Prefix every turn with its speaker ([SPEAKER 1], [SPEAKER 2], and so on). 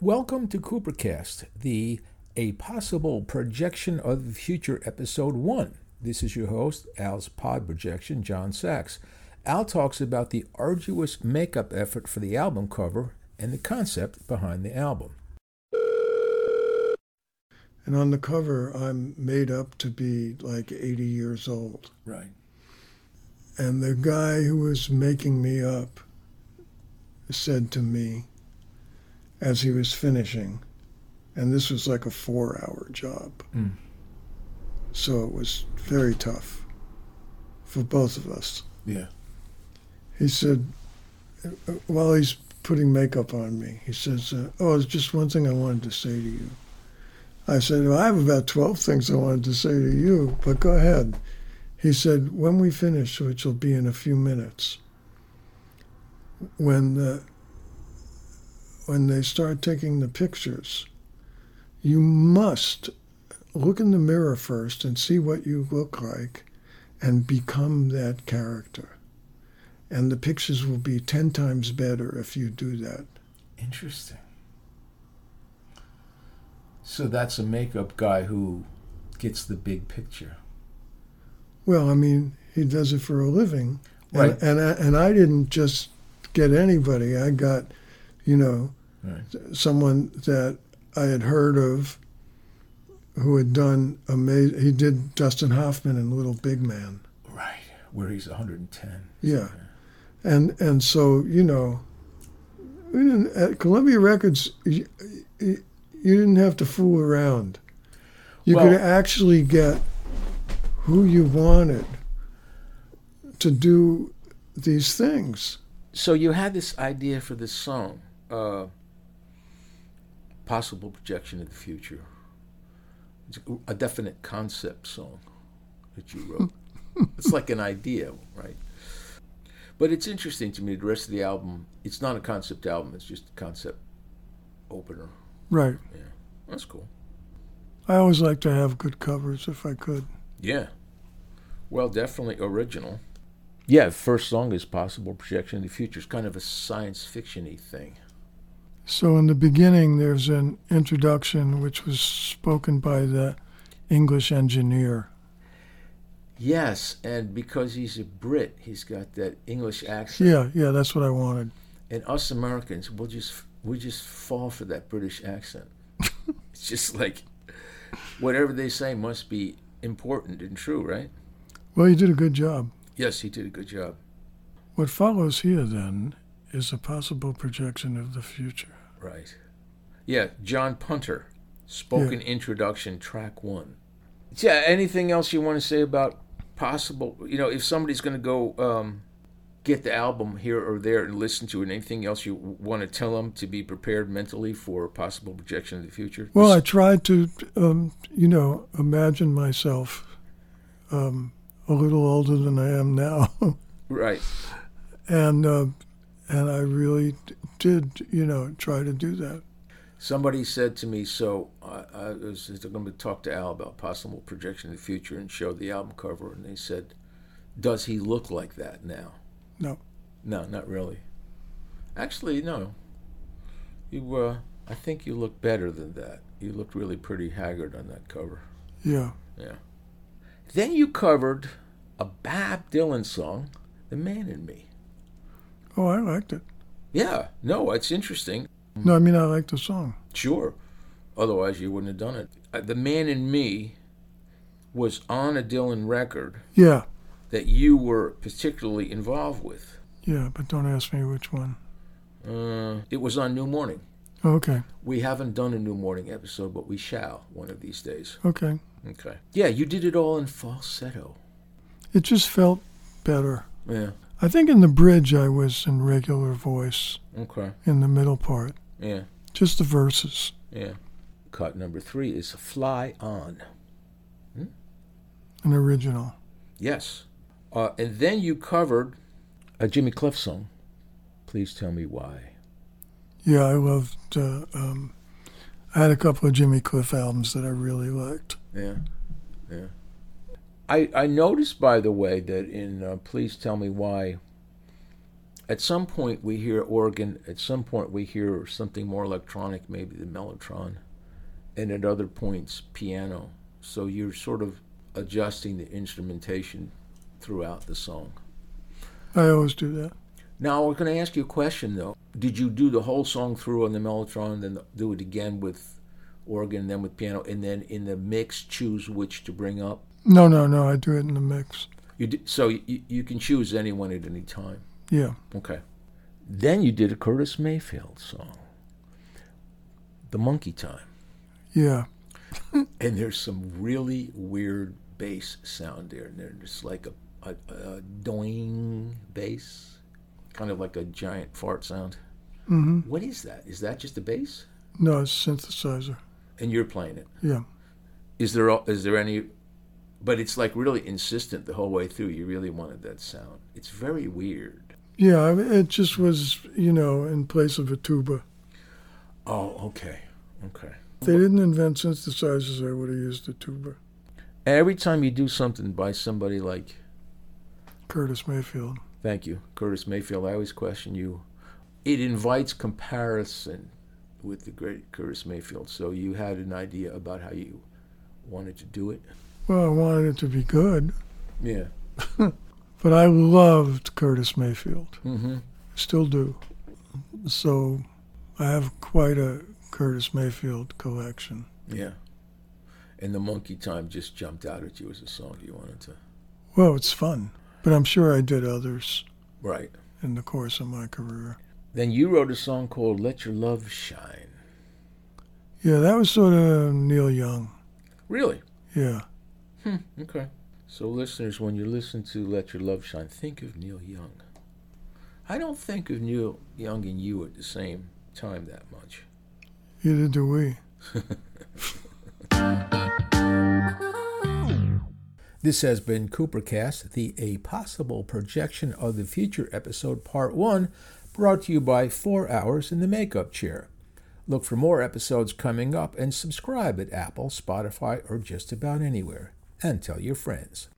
[SPEAKER 1] Welcome to Coopercast, the A Possible Projection of the Future Episode 1. This is your host, Al's Pod Projection, John Sachs. Al talks about the arduous makeup effort for the album cover and the concept behind the album.
[SPEAKER 2] And on the cover, I'm made up to be like 80 years old.
[SPEAKER 1] Right.
[SPEAKER 2] And the guy who was making me up said to me as he was finishing, and this was like a four hour job.
[SPEAKER 1] Mm.
[SPEAKER 2] So it was very tough for both of us.
[SPEAKER 1] Yeah.
[SPEAKER 2] He said, uh, while he's putting makeup on me, he says, uh, Oh, there's just one thing I wanted to say to you. I said, well, I have about 12 things I wanted to say to you, but go ahead. He said, When we finish, which will be in a few minutes, when the when they start taking the pictures, you must look in the mirror first and see what you look like and become that character. And the pictures will be 10 times better if you do that.
[SPEAKER 1] Interesting. So that's a makeup guy who gets the big picture.
[SPEAKER 2] Well, I mean, he does it for a living.
[SPEAKER 1] Right.
[SPEAKER 2] And, and, I, and I didn't just get anybody, I got, you know,
[SPEAKER 1] Right.
[SPEAKER 2] someone that I had heard of who had done amazing. He did Dustin Hoffman in Little Big Man.
[SPEAKER 1] Right. Where he's 110.
[SPEAKER 2] Yeah, and and so you know, we didn't, at Columbia Records, you, you didn't have to fool around. You could
[SPEAKER 1] Well-
[SPEAKER 2] actually get who you wanted to do these things.
[SPEAKER 3] So you had this idea for this song, uh, possible projection of the future. It's a definite concept song that you wrote. it's like an idea, right? But it's interesting to me. The rest of the album, it's not a concept album. It's just a concept opener.
[SPEAKER 2] Right.
[SPEAKER 3] That's cool.
[SPEAKER 2] I always like to have good covers if I could.
[SPEAKER 3] Yeah. Well, definitely original. Yeah, first song is possible projection of the future. It's kind of a science fiction-y thing.
[SPEAKER 2] So in the beginning, there's an introduction which was spoken by the English engineer.
[SPEAKER 3] Yes, and because he's a Brit, he's got that English accent.
[SPEAKER 2] Yeah, yeah, that's what I wanted.
[SPEAKER 3] And us Americans, we'll just we just fall for that British accent. it's just like whatever they say must be important and true, right?
[SPEAKER 2] Well, you did a good job.
[SPEAKER 3] Yes, he did a good job.
[SPEAKER 2] What follows here then is a possible projection of the future.
[SPEAKER 3] Right. Yeah, John Punter, spoken introduction, track one. Yeah, anything else you want to say about possible? You know, if somebody's going to go um, get the album here or there and listen to it, anything else you want to tell them to be prepared mentally for a possible projection of the future?
[SPEAKER 2] Well, I tried to, um, you know, imagine myself um, a little older than I am now,
[SPEAKER 3] right.
[SPEAKER 2] and uh, and I really d- did, you know, try to do that.
[SPEAKER 3] Somebody said to me, so I, I was going to talk to Al about possible projection of the future and show the album cover, and they said, "Does he look like that now?"
[SPEAKER 2] No,
[SPEAKER 3] No, not really. Actually, no. You, uh, I think you look better than that. You looked really pretty haggard on that cover.
[SPEAKER 2] yeah,
[SPEAKER 3] Yeah. Then you covered a Bob Dylan song, "The Man in Me."
[SPEAKER 2] oh, I liked it.
[SPEAKER 3] Yeah. No, it's interesting.
[SPEAKER 2] No, I mean I liked the song.
[SPEAKER 3] Sure. Otherwise, you wouldn't have done it. Uh, The Man in Me was on a Dylan record
[SPEAKER 2] Yeah,
[SPEAKER 3] that you were particularly involved with.
[SPEAKER 2] yeah, but don't ask me which one.
[SPEAKER 3] Uh, it was on New Morning.
[SPEAKER 2] Okay,
[SPEAKER 3] We haven't done a New Morning episode, but we shall one of these days.
[SPEAKER 2] okay.
[SPEAKER 3] Okay. Yeah, you did it all in falsetto.
[SPEAKER 2] It just felt better.
[SPEAKER 3] Yeah.
[SPEAKER 2] I think in the bridge I was in regular voice
[SPEAKER 3] Okay.
[SPEAKER 2] in the middle part,
[SPEAKER 3] Yeah.
[SPEAKER 2] just the verses.
[SPEAKER 3] Yeah. Cut number three is Fly On.
[SPEAKER 2] An original.
[SPEAKER 3] Yes. Uh, and then you covered a Jimmy Cliff song. Please tell me why.
[SPEAKER 2] Yeah, I loved. Uh, um, I had a couple of Jimmy Cliff albums that I really liked.
[SPEAKER 3] Yeah. Yeah. I, I noticed, by the way, that in uh, Please Tell Me Why, at some point we hear organ, at some point we hear something more electronic, maybe the mellotron, and at other points piano. So you're sort of adjusting the instrumentation throughout the song.
[SPEAKER 2] I always do that.
[SPEAKER 3] Now we're going to ask you a question though. Did you do the whole song through on the mellotron, then do it again with organ, then with piano, and then in the mix choose which to bring up?
[SPEAKER 2] No, no, no. I do it in the mix.
[SPEAKER 3] You d so you, you can choose anyone at any time.
[SPEAKER 2] Yeah.
[SPEAKER 3] Okay. Then you did a Curtis Mayfield song, "The Monkey Time,"
[SPEAKER 2] Yeah.
[SPEAKER 3] and there's some really weird bass sound there, and there's like a, a, a doing bass, kind of like a giant fart sound.
[SPEAKER 2] Mm-hmm.
[SPEAKER 3] What is that? Is that just a bass?
[SPEAKER 2] No, it's synthesizer.
[SPEAKER 3] And you're playing it.
[SPEAKER 2] Yeah.
[SPEAKER 3] Is there al- is there any? But it's like really insistent the whole way through. You really wanted that sound. It's very weird.
[SPEAKER 2] Yeah. I mean, It just was, you know, in place of a tuba.
[SPEAKER 3] Oh, okay, okay.
[SPEAKER 2] If they didn't invent synthesizers, I would have used the tuba.
[SPEAKER 3] Every time you do something by somebody like
[SPEAKER 2] Curtis Mayfield.
[SPEAKER 3] Thank you, Curtis Mayfield. I always question you. It invites comparison with the great Curtis Mayfield. So you had an idea about how you wanted to do it.
[SPEAKER 2] Well, I wanted it to be good,
[SPEAKER 3] Yeah.
[SPEAKER 2] but I loved Curtis Mayfield.
[SPEAKER 3] Mm-hmm.
[SPEAKER 2] Still do. So I have quite a Curtis Mayfield collection.
[SPEAKER 3] Yeah. And the Monkey Time just jumped out at you as a song you wanted to.
[SPEAKER 2] Well, it's fun, but I'm sure I did others
[SPEAKER 3] Right.
[SPEAKER 2] in the course of my career.
[SPEAKER 3] Then you wrote a song called "Let Your Love Shine."
[SPEAKER 2] Yeah, that was sort of Neil Young.
[SPEAKER 3] Really?
[SPEAKER 2] Yeah.
[SPEAKER 3] Okay. So, listeners, when you listen to Let Your Love Shine, think of Neil Young. I don't think of Neil Young and you at the same time that much.
[SPEAKER 2] Either do we.
[SPEAKER 1] This has been Coopercast, the A Possible Projection of the Future episode, part one, brought to you by Four Hours in the Makeup Chair. Look for more episodes coming up and subscribe at Apple, Spotify, or just about anywhere. And tell your friends.